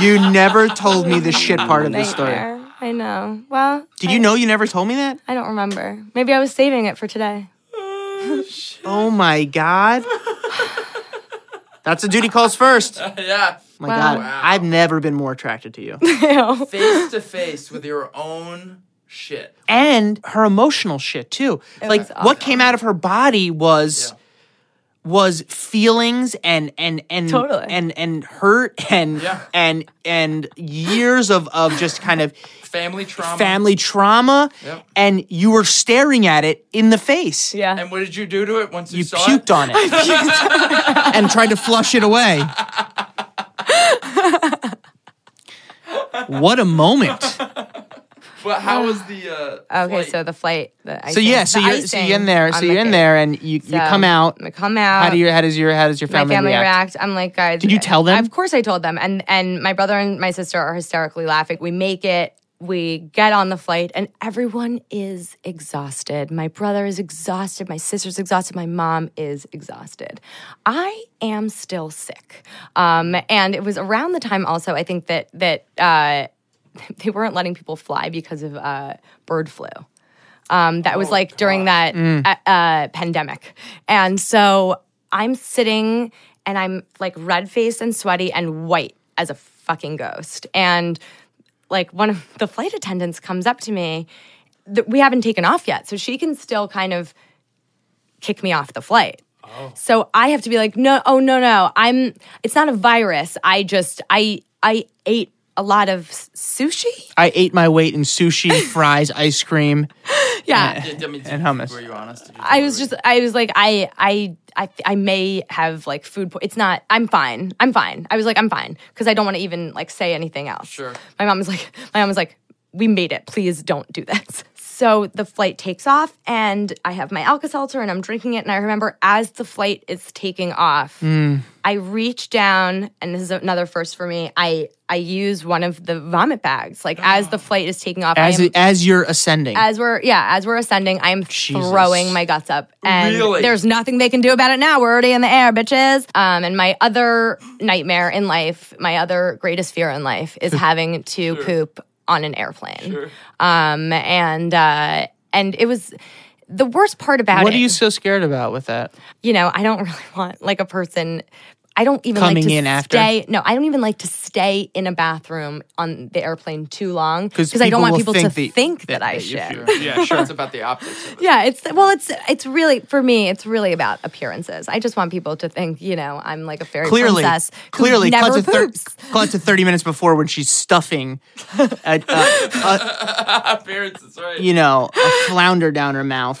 [SPEAKER 2] You never told me the shit part of the story.
[SPEAKER 5] Nightmare. I know. Well,
[SPEAKER 2] Did you know you never told me that?
[SPEAKER 5] I don't remember. Maybe I was saving it for today.
[SPEAKER 2] Oh my god. That's a duty calls first. Oh
[SPEAKER 1] yeah.
[SPEAKER 2] my
[SPEAKER 5] Wow.
[SPEAKER 2] god. I've never been more attracted to you.
[SPEAKER 5] Ew.
[SPEAKER 1] Face to face with your own shit.
[SPEAKER 2] and her emotional shit too. like
[SPEAKER 5] was
[SPEAKER 2] what came out of her body was was feelings and and and
[SPEAKER 5] Totally.
[SPEAKER 2] and and hurt and
[SPEAKER 1] Yeah.
[SPEAKER 2] and and years of of just kind of
[SPEAKER 1] Family trauma.
[SPEAKER 2] family trauma
[SPEAKER 1] Yep.
[SPEAKER 2] and you were staring at it in the face.
[SPEAKER 5] Yeah.
[SPEAKER 1] And what did you do to it once you,
[SPEAKER 2] You
[SPEAKER 1] saw
[SPEAKER 2] puked
[SPEAKER 1] it?
[SPEAKER 2] on it and tried to flush it away. what a moment.
[SPEAKER 1] But how was the uh,
[SPEAKER 5] Okay,
[SPEAKER 1] flight?
[SPEAKER 5] so the flight. The
[SPEAKER 2] So
[SPEAKER 5] icing-
[SPEAKER 2] yeah, so
[SPEAKER 5] the
[SPEAKER 2] you're so
[SPEAKER 5] icing
[SPEAKER 2] you're in there, so
[SPEAKER 5] on
[SPEAKER 2] you're
[SPEAKER 5] the
[SPEAKER 2] in
[SPEAKER 5] cake.
[SPEAKER 2] there and you, you
[SPEAKER 5] So,
[SPEAKER 2] come out.
[SPEAKER 5] I come out.
[SPEAKER 2] How do you how does your how does your
[SPEAKER 5] Uh, my
[SPEAKER 2] family,
[SPEAKER 5] family
[SPEAKER 2] react?
[SPEAKER 5] react. I'm like, guys. Did
[SPEAKER 2] you tell them?
[SPEAKER 5] Of course, I told them. And and my brother and my sister are hysterically laughing. We make it. We get on the flight, and everyone is exhausted. My brother is exhausted. My sister's exhausted. My mom is exhausted. I am still sick. Um, and it was around the time also. I think that that uh, they weren't letting people fly because of uh, bird flu. Um, that was like during that uh, uh, pandemic. And so I'm sitting and I'm like red faced and sweaty and white as a fucking ghost. And like one of the flight attendants comes up to me that we haven't taken off yet. So she can still kind of kick me off the flight. So I have to be like, no, oh no, no, I'm. It's not a virus. I just, I, I ate a lot of s- sushi.
[SPEAKER 2] I ate my weight in sushi, fries, ice cream.
[SPEAKER 5] Yeah,
[SPEAKER 1] Did- I mean,
[SPEAKER 2] And hummus.
[SPEAKER 1] Were you honest? Did you
[SPEAKER 5] I
[SPEAKER 1] tell
[SPEAKER 5] was
[SPEAKER 1] her?
[SPEAKER 5] just, I was like, I, I, I, I may have like food. Po- it's not. I'm fine. I'm fine. I was like, I'm fine because I don't want to even like say anything else.
[SPEAKER 1] Sure.
[SPEAKER 5] My mom was like, my mom was like, we made it. Please don't do this. So the flight takes off, and I have my Alka Seltzer, and I'm drinking it. And I remember as the flight is taking off, I reach down, and this is another first for me. I I use one of the vomit bags, like as the flight is taking off.
[SPEAKER 2] As
[SPEAKER 5] I am,
[SPEAKER 2] as you're ascending.
[SPEAKER 5] as we're yeah, as we're ascending, I'm
[SPEAKER 2] Jesus.
[SPEAKER 5] throwing my guts up, and
[SPEAKER 1] Really?
[SPEAKER 5] there's nothing they can do about it now. We're already in the air, bitches. Um, and my other nightmare in life, my other greatest fear in life, is having to poop on an airplane. Um, and uh, and it was the worst part about
[SPEAKER 2] what
[SPEAKER 5] it.
[SPEAKER 2] are you so scared about with that?
[SPEAKER 5] you know, I don't really want like a person. I don't even
[SPEAKER 2] Coming
[SPEAKER 5] like to
[SPEAKER 2] in after?
[SPEAKER 5] stay. No, I don't even like to stay in a bathroom on the airplane too long
[SPEAKER 2] 'Cause
[SPEAKER 5] I don't
[SPEAKER 2] people
[SPEAKER 5] want
[SPEAKER 2] will
[SPEAKER 5] people
[SPEAKER 2] think
[SPEAKER 5] to
[SPEAKER 2] that-
[SPEAKER 5] think that,
[SPEAKER 2] that-
[SPEAKER 5] I
[SPEAKER 2] that you
[SPEAKER 5] shit.
[SPEAKER 1] Sure. Yeah, sure. It's about the optics. Of it.
[SPEAKER 5] Yeah, it's well, it's it's really for me. It's really about appearances. I just want people to think, you know, I'm like a fairy
[SPEAKER 2] Clearly,
[SPEAKER 5] princess who
[SPEAKER 2] clearly, cut
[SPEAKER 5] never
[SPEAKER 2] to, thir-
[SPEAKER 5] poops.
[SPEAKER 2] cut to thirty minutes before when she's stuffing, a, a,
[SPEAKER 1] Appearance is right.
[SPEAKER 2] you know, a flounder down her mouth,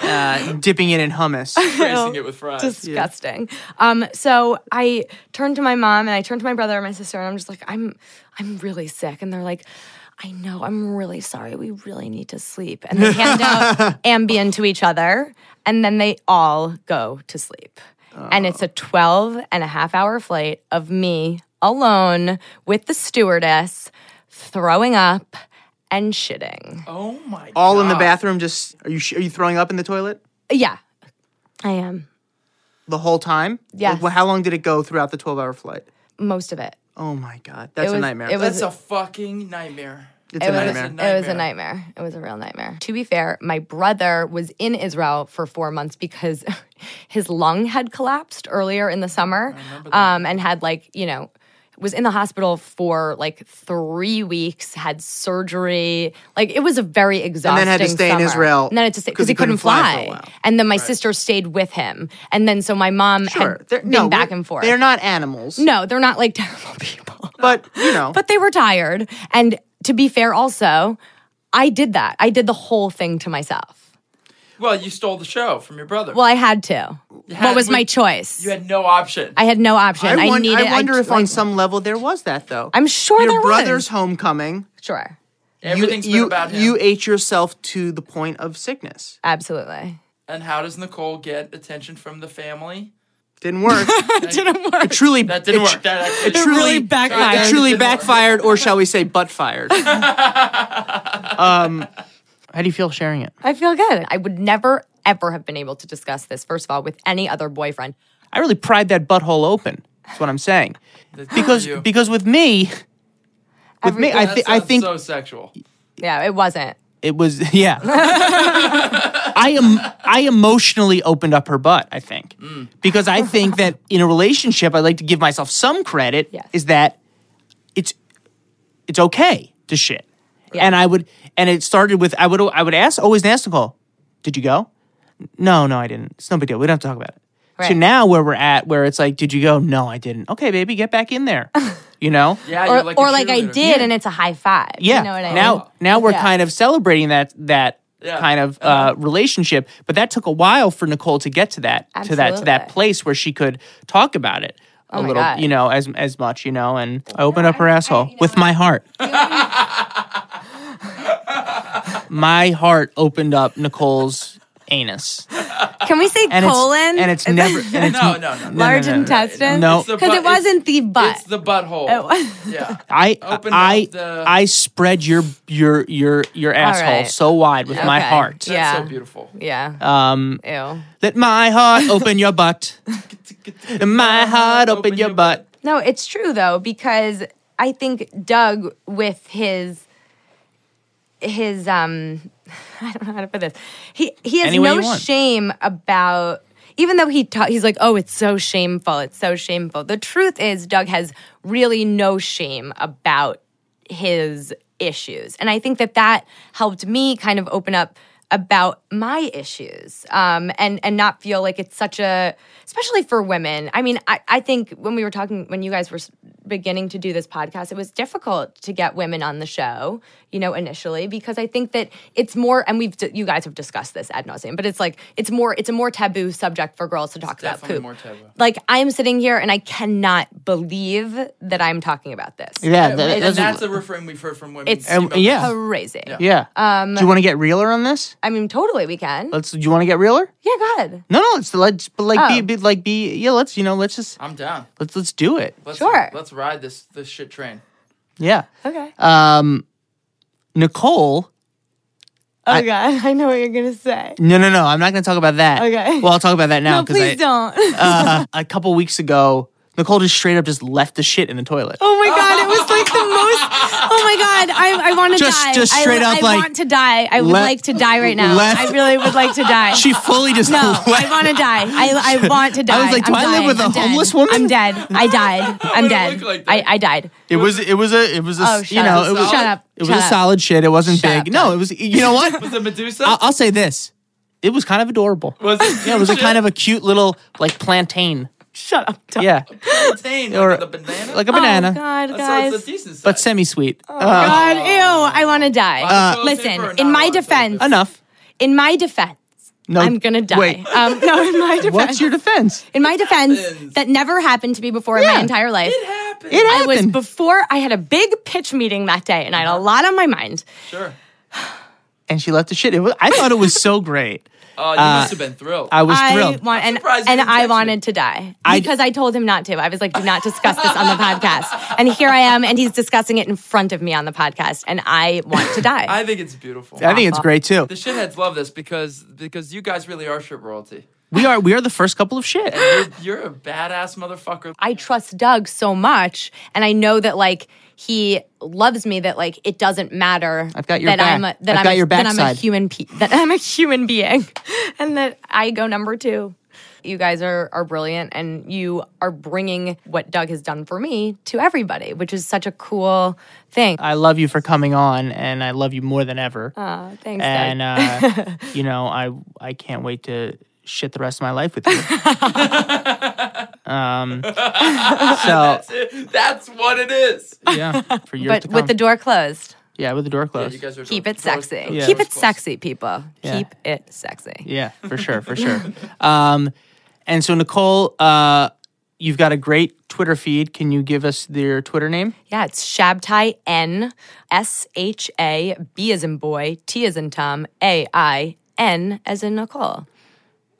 [SPEAKER 2] uh, dipping it in hummus.
[SPEAKER 1] Tracing it with fries.
[SPEAKER 5] Disgusting. Um, so I turned to my mom and I turned to my brother and my sister and I'm just like, I'm I'm really sick, and they're like. I know. I'm really sorry. We really need to sleep. And they hand out Ambien to each other, and then they all go to sleep. And it's a 12 and a half hour flight of me alone with the stewardess throwing up and shitting.
[SPEAKER 1] Oh my.
[SPEAKER 2] All in the
[SPEAKER 1] God.
[SPEAKER 2] bathroom. Just are you sh- are you throwing up in the toilet
[SPEAKER 5] Yeah, I am.
[SPEAKER 2] the whole time?
[SPEAKER 5] Yes.
[SPEAKER 2] Well, how long did it go throughout the twelve-hour flight?
[SPEAKER 5] Most of it.
[SPEAKER 2] Oh my god, that's
[SPEAKER 5] was-
[SPEAKER 2] a nightmare.
[SPEAKER 5] it was-
[SPEAKER 1] That's a fucking nightmare.
[SPEAKER 2] it's
[SPEAKER 5] It
[SPEAKER 2] a
[SPEAKER 5] was,
[SPEAKER 2] nightmare.
[SPEAKER 5] It was a nightmare. It was a real nightmare. To be fair, my brother was in Israel for four months because his lung had collapsed earlier in the summer um, and had, like, you know, was in the hospital for like three weeks, had surgery. Like it was a very exhausting.
[SPEAKER 6] had to stay in
[SPEAKER 5] summer.
[SPEAKER 6] Israel
[SPEAKER 5] And then had to stay because he couldn't,
[SPEAKER 6] fly for a while.
[SPEAKER 5] And then my sister stayed with him, and then so my mom
[SPEAKER 6] Sure.
[SPEAKER 5] had
[SPEAKER 6] They're,
[SPEAKER 5] been
[SPEAKER 6] no,
[SPEAKER 5] back
[SPEAKER 6] we're-
[SPEAKER 5] and forth.
[SPEAKER 6] They're not animals.
[SPEAKER 5] No, they're not like terrible people.
[SPEAKER 6] But, you know,
[SPEAKER 5] But they were tired. And to be fair, also, I did that. I did the whole thing to myself.
[SPEAKER 1] Well, you stole the show from your brother.
[SPEAKER 5] Well, I had to.
[SPEAKER 1] had-
[SPEAKER 5] what was my
[SPEAKER 1] you-
[SPEAKER 5] choice?
[SPEAKER 1] you had no option.
[SPEAKER 5] I had no option. I,
[SPEAKER 6] I, won-
[SPEAKER 5] needed.
[SPEAKER 6] I wonder if
[SPEAKER 5] like,
[SPEAKER 6] on some level there was that, though.
[SPEAKER 5] I'm sure
[SPEAKER 6] Your
[SPEAKER 5] there
[SPEAKER 6] brother's
[SPEAKER 5] was.
[SPEAKER 6] homecoming.
[SPEAKER 5] Sure,
[SPEAKER 1] Everything's
[SPEAKER 6] you,
[SPEAKER 1] been about him.
[SPEAKER 6] You ate yourself to the point of sickness.
[SPEAKER 5] absolutely.
[SPEAKER 1] and how does Nicole get attention from the family?
[SPEAKER 6] Didn't work.
[SPEAKER 1] That didn't work.
[SPEAKER 6] It truly
[SPEAKER 1] That didn't
[SPEAKER 6] it tr-
[SPEAKER 1] work. That actually-
[SPEAKER 6] It truly
[SPEAKER 2] backfired.
[SPEAKER 6] It truly
[SPEAKER 1] It didn't work.
[SPEAKER 6] backfired, or shall we say, butt fired. Um,
[SPEAKER 2] How do you feel sharing it?
[SPEAKER 5] I feel good. I would never ever have been able to discuss this. First of all, with any other boyfriend.
[SPEAKER 2] I really pried that butthole open. That's what I'm saying.
[SPEAKER 1] That's
[SPEAKER 2] Because
[SPEAKER 1] you.
[SPEAKER 2] because with me, with me, I,
[SPEAKER 1] That
[SPEAKER 2] thi- I
[SPEAKER 1] sounds
[SPEAKER 2] think
[SPEAKER 1] so sexual.
[SPEAKER 5] Yeah, it wasn't.
[SPEAKER 2] it was yeah. I am I emotionally opened up her butt. I think
[SPEAKER 5] Mm.
[SPEAKER 2] because I think that in a relationship, I like to give myself some credit.
[SPEAKER 5] Yes.
[SPEAKER 2] Is that it's it's okay to shit,
[SPEAKER 5] Yeah.
[SPEAKER 2] and I would and it started with I would I would ask always ask Nicole, did you go? No, no, I didn't. It's no big deal. We don't have to talk about it. So
[SPEAKER 5] Right.
[SPEAKER 2] now where we're at, where it's like, did you go? No, I didn't. Okay, baby, get back in there. You know.
[SPEAKER 1] Yeah, you're
[SPEAKER 5] Or like,
[SPEAKER 1] like a
[SPEAKER 5] or like I
[SPEAKER 1] cheerleader.
[SPEAKER 5] did, and it's a high five.
[SPEAKER 2] Yeah.
[SPEAKER 5] you know what I
[SPEAKER 2] now,
[SPEAKER 5] mean.
[SPEAKER 2] now we're
[SPEAKER 5] Yeah.
[SPEAKER 2] kind of celebrating that that
[SPEAKER 1] Yeah. Uh-huh.
[SPEAKER 2] kind of uh, relationship, but that took a while for Nicole to get to that to that to that
[SPEAKER 5] Absolutely. Oh
[SPEAKER 2] place where she could talk about it a
[SPEAKER 5] my
[SPEAKER 2] little,
[SPEAKER 5] God.
[SPEAKER 2] you know, as as much, you know. And I opened up her asshole with my heart. my heart opened up Nicole's anus,
[SPEAKER 5] Can we say
[SPEAKER 2] and
[SPEAKER 5] colon?
[SPEAKER 2] it's and it's never and it's
[SPEAKER 1] No, no, no.
[SPEAKER 2] no,
[SPEAKER 5] large
[SPEAKER 2] no, no, no.
[SPEAKER 5] intestine.
[SPEAKER 2] No. It's
[SPEAKER 1] the
[SPEAKER 5] because
[SPEAKER 1] butt-
[SPEAKER 5] it wasn't the butt.
[SPEAKER 1] It's the butthole. Yeah.
[SPEAKER 2] I
[SPEAKER 1] Opened
[SPEAKER 2] I
[SPEAKER 1] up the-
[SPEAKER 2] I spread your your your your asshole
[SPEAKER 5] right.
[SPEAKER 2] so wide with my
[SPEAKER 5] Okay.
[SPEAKER 2] heart.
[SPEAKER 1] That's
[SPEAKER 5] Yeah.
[SPEAKER 1] so beautiful.
[SPEAKER 5] yeah.
[SPEAKER 2] Um,
[SPEAKER 5] Ew.
[SPEAKER 2] Let my heart open your butt. Let my heart open your butt.
[SPEAKER 5] No, it's true though because I think Doug with his his um I don't know how to put this. He he has
[SPEAKER 2] Any way you
[SPEAKER 5] no
[SPEAKER 2] want.
[SPEAKER 5] shame about even though he ta- he's like, "Oh, it's so shameful. It's so shameful." The truth is Doug has really no shame about his issues. And I think that that helped me kind of open up about my issues um, and and not feel like it's such a especially for women i mean I, I think when we were talking when you guys were s- beginning to do this podcast it was difficult to get women on the show you know initially because i think that it's more and we've d- you guys have discussed this ad nauseum but it's like it's more it's a more taboo subject for girls to talk about
[SPEAKER 1] Definitely
[SPEAKER 5] poop
[SPEAKER 1] more taboo.
[SPEAKER 5] like i'm sitting here and i cannot believe that i'm talking about this
[SPEAKER 2] Yeah, that-
[SPEAKER 1] And
[SPEAKER 2] that's,
[SPEAKER 1] that's a refrain we've heard from women.
[SPEAKER 5] It's-
[SPEAKER 1] female
[SPEAKER 2] Um, yeah.
[SPEAKER 5] crazy
[SPEAKER 2] yeah. do you want to get realer on this?
[SPEAKER 5] i mean totally we can
[SPEAKER 2] Let's. Do you want to get realer?
[SPEAKER 5] yeah go ahead
[SPEAKER 2] No, no. Let's let's but like be,
[SPEAKER 5] Oh.
[SPEAKER 2] be like be yeah. Let's you know let's just
[SPEAKER 1] I'm down.
[SPEAKER 2] let's let's do it.
[SPEAKER 1] Let's,
[SPEAKER 5] Sure.
[SPEAKER 1] Let's ride this this shit train.
[SPEAKER 2] Yeah.
[SPEAKER 5] Okay.
[SPEAKER 2] Um, Nicole.
[SPEAKER 5] oh God, I know what you're gonna say.
[SPEAKER 2] No, no, no. I'm not going to talk about that.
[SPEAKER 5] Okay.
[SPEAKER 2] Well, I'll talk about that now
[SPEAKER 5] No,
[SPEAKER 2] because
[SPEAKER 5] please don't.
[SPEAKER 2] uh, a couple weeks ago, Nicole just straight up just left the shit in the toilet.
[SPEAKER 5] oh my God, it was like the most. Oh my God, I, I want to
[SPEAKER 2] Just-
[SPEAKER 5] die.
[SPEAKER 2] just
[SPEAKER 5] I-
[SPEAKER 2] straight
[SPEAKER 5] I,
[SPEAKER 2] up, like,
[SPEAKER 5] want to die. I would
[SPEAKER 2] left-
[SPEAKER 5] like to die right now.
[SPEAKER 2] left-
[SPEAKER 5] I really would like to die.
[SPEAKER 2] She fully just
[SPEAKER 5] no,
[SPEAKER 2] left.
[SPEAKER 5] I want to die. I, I want to die.
[SPEAKER 2] was like, do
[SPEAKER 5] I'm
[SPEAKER 2] I live
[SPEAKER 5] dying.
[SPEAKER 2] with a
[SPEAKER 5] I'm dead.
[SPEAKER 2] homeless woman?
[SPEAKER 5] I'm dead. I died.
[SPEAKER 1] Why do
[SPEAKER 5] I'm
[SPEAKER 1] you
[SPEAKER 5] dead.
[SPEAKER 1] look like that?
[SPEAKER 5] I, I died.
[SPEAKER 2] It was it was a it was a
[SPEAKER 5] Oh,
[SPEAKER 2] s- you
[SPEAKER 5] shut
[SPEAKER 2] know
[SPEAKER 5] up.
[SPEAKER 2] it was
[SPEAKER 5] Shut up.
[SPEAKER 2] it was
[SPEAKER 5] Shut
[SPEAKER 2] a
[SPEAKER 5] up.
[SPEAKER 2] solid shit. It wasn't
[SPEAKER 5] Shut
[SPEAKER 2] big.
[SPEAKER 5] up.
[SPEAKER 2] No, it was you know what?
[SPEAKER 1] Was it Medusa?
[SPEAKER 2] I'll, I'll say this. It was kind of adorable.
[SPEAKER 1] was it?
[SPEAKER 2] Yeah, it was a kind of a cute little like plantain.
[SPEAKER 5] Shut up. Doug.
[SPEAKER 2] Yeah,
[SPEAKER 1] plantain
[SPEAKER 2] or-
[SPEAKER 1] like the banana.
[SPEAKER 2] like a
[SPEAKER 5] Oh
[SPEAKER 2] banana,
[SPEAKER 5] God, Oh.
[SPEAKER 1] so
[SPEAKER 5] guys.
[SPEAKER 1] it's a decent size.
[SPEAKER 2] but semi-sweet. Uh,
[SPEAKER 5] God, ew! I want to die.
[SPEAKER 1] Uh, toilet paper or
[SPEAKER 5] Listen,
[SPEAKER 1] not
[SPEAKER 5] in my
[SPEAKER 1] toilet paper?
[SPEAKER 5] defense,
[SPEAKER 2] enough.
[SPEAKER 5] in my defense,
[SPEAKER 2] No,
[SPEAKER 5] I'm gonna die.
[SPEAKER 2] Oh. Wait,
[SPEAKER 5] Um, no, in my defense.
[SPEAKER 2] what's your defense?
[SPEAKER 5] In my defense,
[SPEAKER 1] happens.
[SPEAKER 5] that never happened to me before in
[SPEAKER 2] Yeah.
[SPEAKER 5] my entire life.
[SPEAKER 1] it happened.
[SPEAKER 2] It
[SPEAKER 5] I was
[SPEAKER 2] happened.
[SPEAKER 5] before I had a big pitch meeting that day and I had a lot on my mind.
[SPEAKER 1] sure.
[SPEAKER 2] and she left the shit. It was, I thought it was so great.
[SPEAKER 1] Oh, you must have been thrilled.
[SPEAKER 2] Uh, I was
[SPEAKER 5] I
[SPEAKER 2] thrilled.
[SPEAKER 5] want, and,
[SPEAKER 1] surprised you
[SPEAKER 5] and
[SPEAKER 1] didn't
[SPEAKER 5] I
[SPEAKER 1] text
[SPEAKER 5] wanted to die
[SPEAKER 2] I-
[SPEAKER 5] because I told him not to. I was like, "Do not discuss this on the podcast." And here I am, and he's discussing it in front of me on the podcast, and I want to die.
[SPEAKER 1] I think it's beautiful.
[SPEAKER 2] I think it's great too.
[SPEAKER 1] the shitheads love this because because you guys really are shit royalty.
[SPEAKER 2] We are we are the first couple of shit.
[SPEAKER 1] You're, you're a badass motherfucker.
[SPEAKER 5] I trust Doug so much, and I know that like he loves me. That like it doesn't matter.
[SPEAKER 2] I've got your
[SPEAKER 5] that
[SPEAKER 2] back.
[SPEAKER 5] I'm a, that
[SPEAKER 2] I've
[SPEAKER 5] am
[SPEAKER 2] got
[SPEAKER 5] a,
[SPEAKER 2] your
[SPEAKER 5] that I'm a
[SPEAKER 2] backside.
[SPEAKER 5] human. Pe- that I'm a human being, and that I go number two. You guys are are brilliant, and you are bringing what Doug has done for me to everybody, which is such a cool thing.
[SPEAKER 2] I love you for coming on, and I love you more than ever.
[SPEAKER 5] Aw, thanks,
[SPEAKER 2] and
[SPEAKER 5] Doug.
[SPEAKER 2] uh, you know, I I can't wait to shit the rest of my life with you. um, so
[SPEAKER 1] That's what it is.
[SPEAKER 2] yeah, for years
[SPEAKER 5] But
[SPEAKER 2] to
[SPEAKER 5] with the
[SPEAKER 2] come.
[SPEAKER 5] door closed,
[SPEAKER 2] yeah, with the door closed.
[SPEAKER 1] You guys are
[SPEAKER 5] keep
[SPEAKER 1] doing-
[SPEAKER 5] it sexy.
[SPEAKER 2] Yeah.
[SPEAKER 5] Keep
[SPEAKER 2] doors
[SPEAKER 5] it sexy, people.
[SPEAKER 2] Yeah.
[SPEAKER 5] Keep it sexy.
[SPEAKER 2] Yeah, for sure, for sure. Um, and so Nicole, uh, you've got a great Twitter feed. Can you give us their Twitter name?
[SPEAKER 5] Yeah, it's Shabtai N S H A B as in boy, T as in Tom, A I N as in Nicole.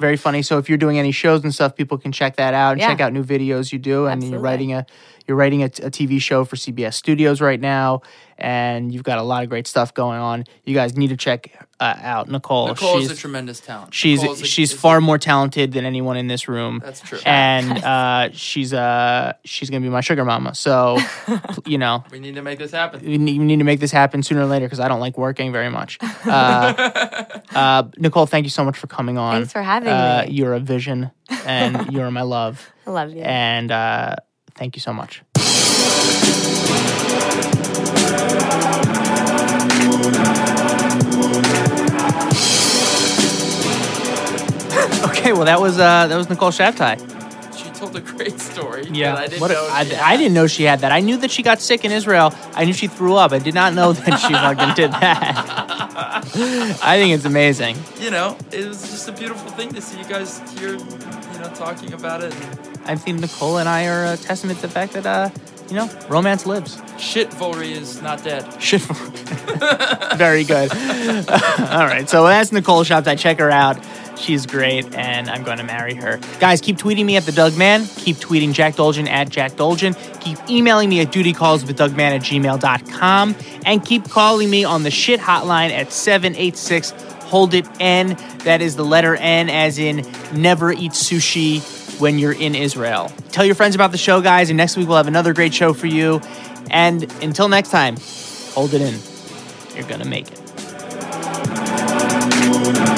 [SPEAKER 2] Very funny. So if you're doing any shows and stuff, people can check that out and
[SPEAKER 5] Yeah.
[SPEAKER 2] check out new videos you do. And you're
[SPEAKER 5] Absolutely.
[SPEAKER 2] writing a you're writing a, t- a TV show for CBS Studios right now, and you've got a lot of great stuff going on. You guys need to check uh, out Nicole.
[SPEAKER 1] Nicole is
[SPEAKER 2] She's-
[SPEAKER 1] a tremendous talent.
[SPEAKER 2] She's
[SPEAKER 1] Nicole is a-
[SPEAKER 2] she's
[SPEAKER 1] is a-
[SPEAKER 2] far more talented than anyone in this room.
[SPEAKER 1] That's true.
[SPEAKER 2] And uh, she's uh she's gonna be my sugar mama. So you know
[SPEAKER 1] We need to make this happen.
[SPEAKER 2] we need, we need to make this happen sooner or later because I don't like working very much. Uh, uh, Nicole, thank you so much for coming on.
[SPEAKER 5] Thanks for having
[SPEAKER 2] uh,
[SPEAKER 5] me.
[SPEAKER 2] You're a vision, and you're my love,
[SPEAKER 5] I love you.
[SPEAKER 2] and uh, thank you so much. Okay, well that was uh, that was Nicole Shaftai.
[SPEAKER 1] She told a great story. that I didn't
[SPEAKER 2] What a-
[SPEAKER 1] know.
[SPEAKER 2] I,
[SPEAKER 1] she
[SPEAKER 2] I
[SPEAKER 1] had.
[SPEAKER 2] didn't know she had that. I knew that she got sick in Israel. I knew she threw up. I did not know that she fucking did that. I think it's amazing.
[SPEAKER 1] You know, it was just a beautiful thing to see you guys here, you know, talking about it.
[SPEAKER 2] I think Nicole and I are a testament to the fact that uh, you know, romance lives.
[SPEAKER 1] Shitvolry is not dead.
[SPEAKER 2] Shit. Very good. All right. So that's Nicole Shops. I check her out. She's great, and I'm going to marry her. Guys, keep tweeting me at the Doug Man. Keep tweeting Jack Dolgen at Jack Dolgen. Keep emailing me at dutycalls with Dougman at gmail.com. And keep calling me on the shit hotline at 786 Hold It N. That is the letter N, as in never eat sushi when you're in Israel. Tell your friends about the show, guys, and next week we'll have another great show for you. And until next time, hold it in. You're going to make it.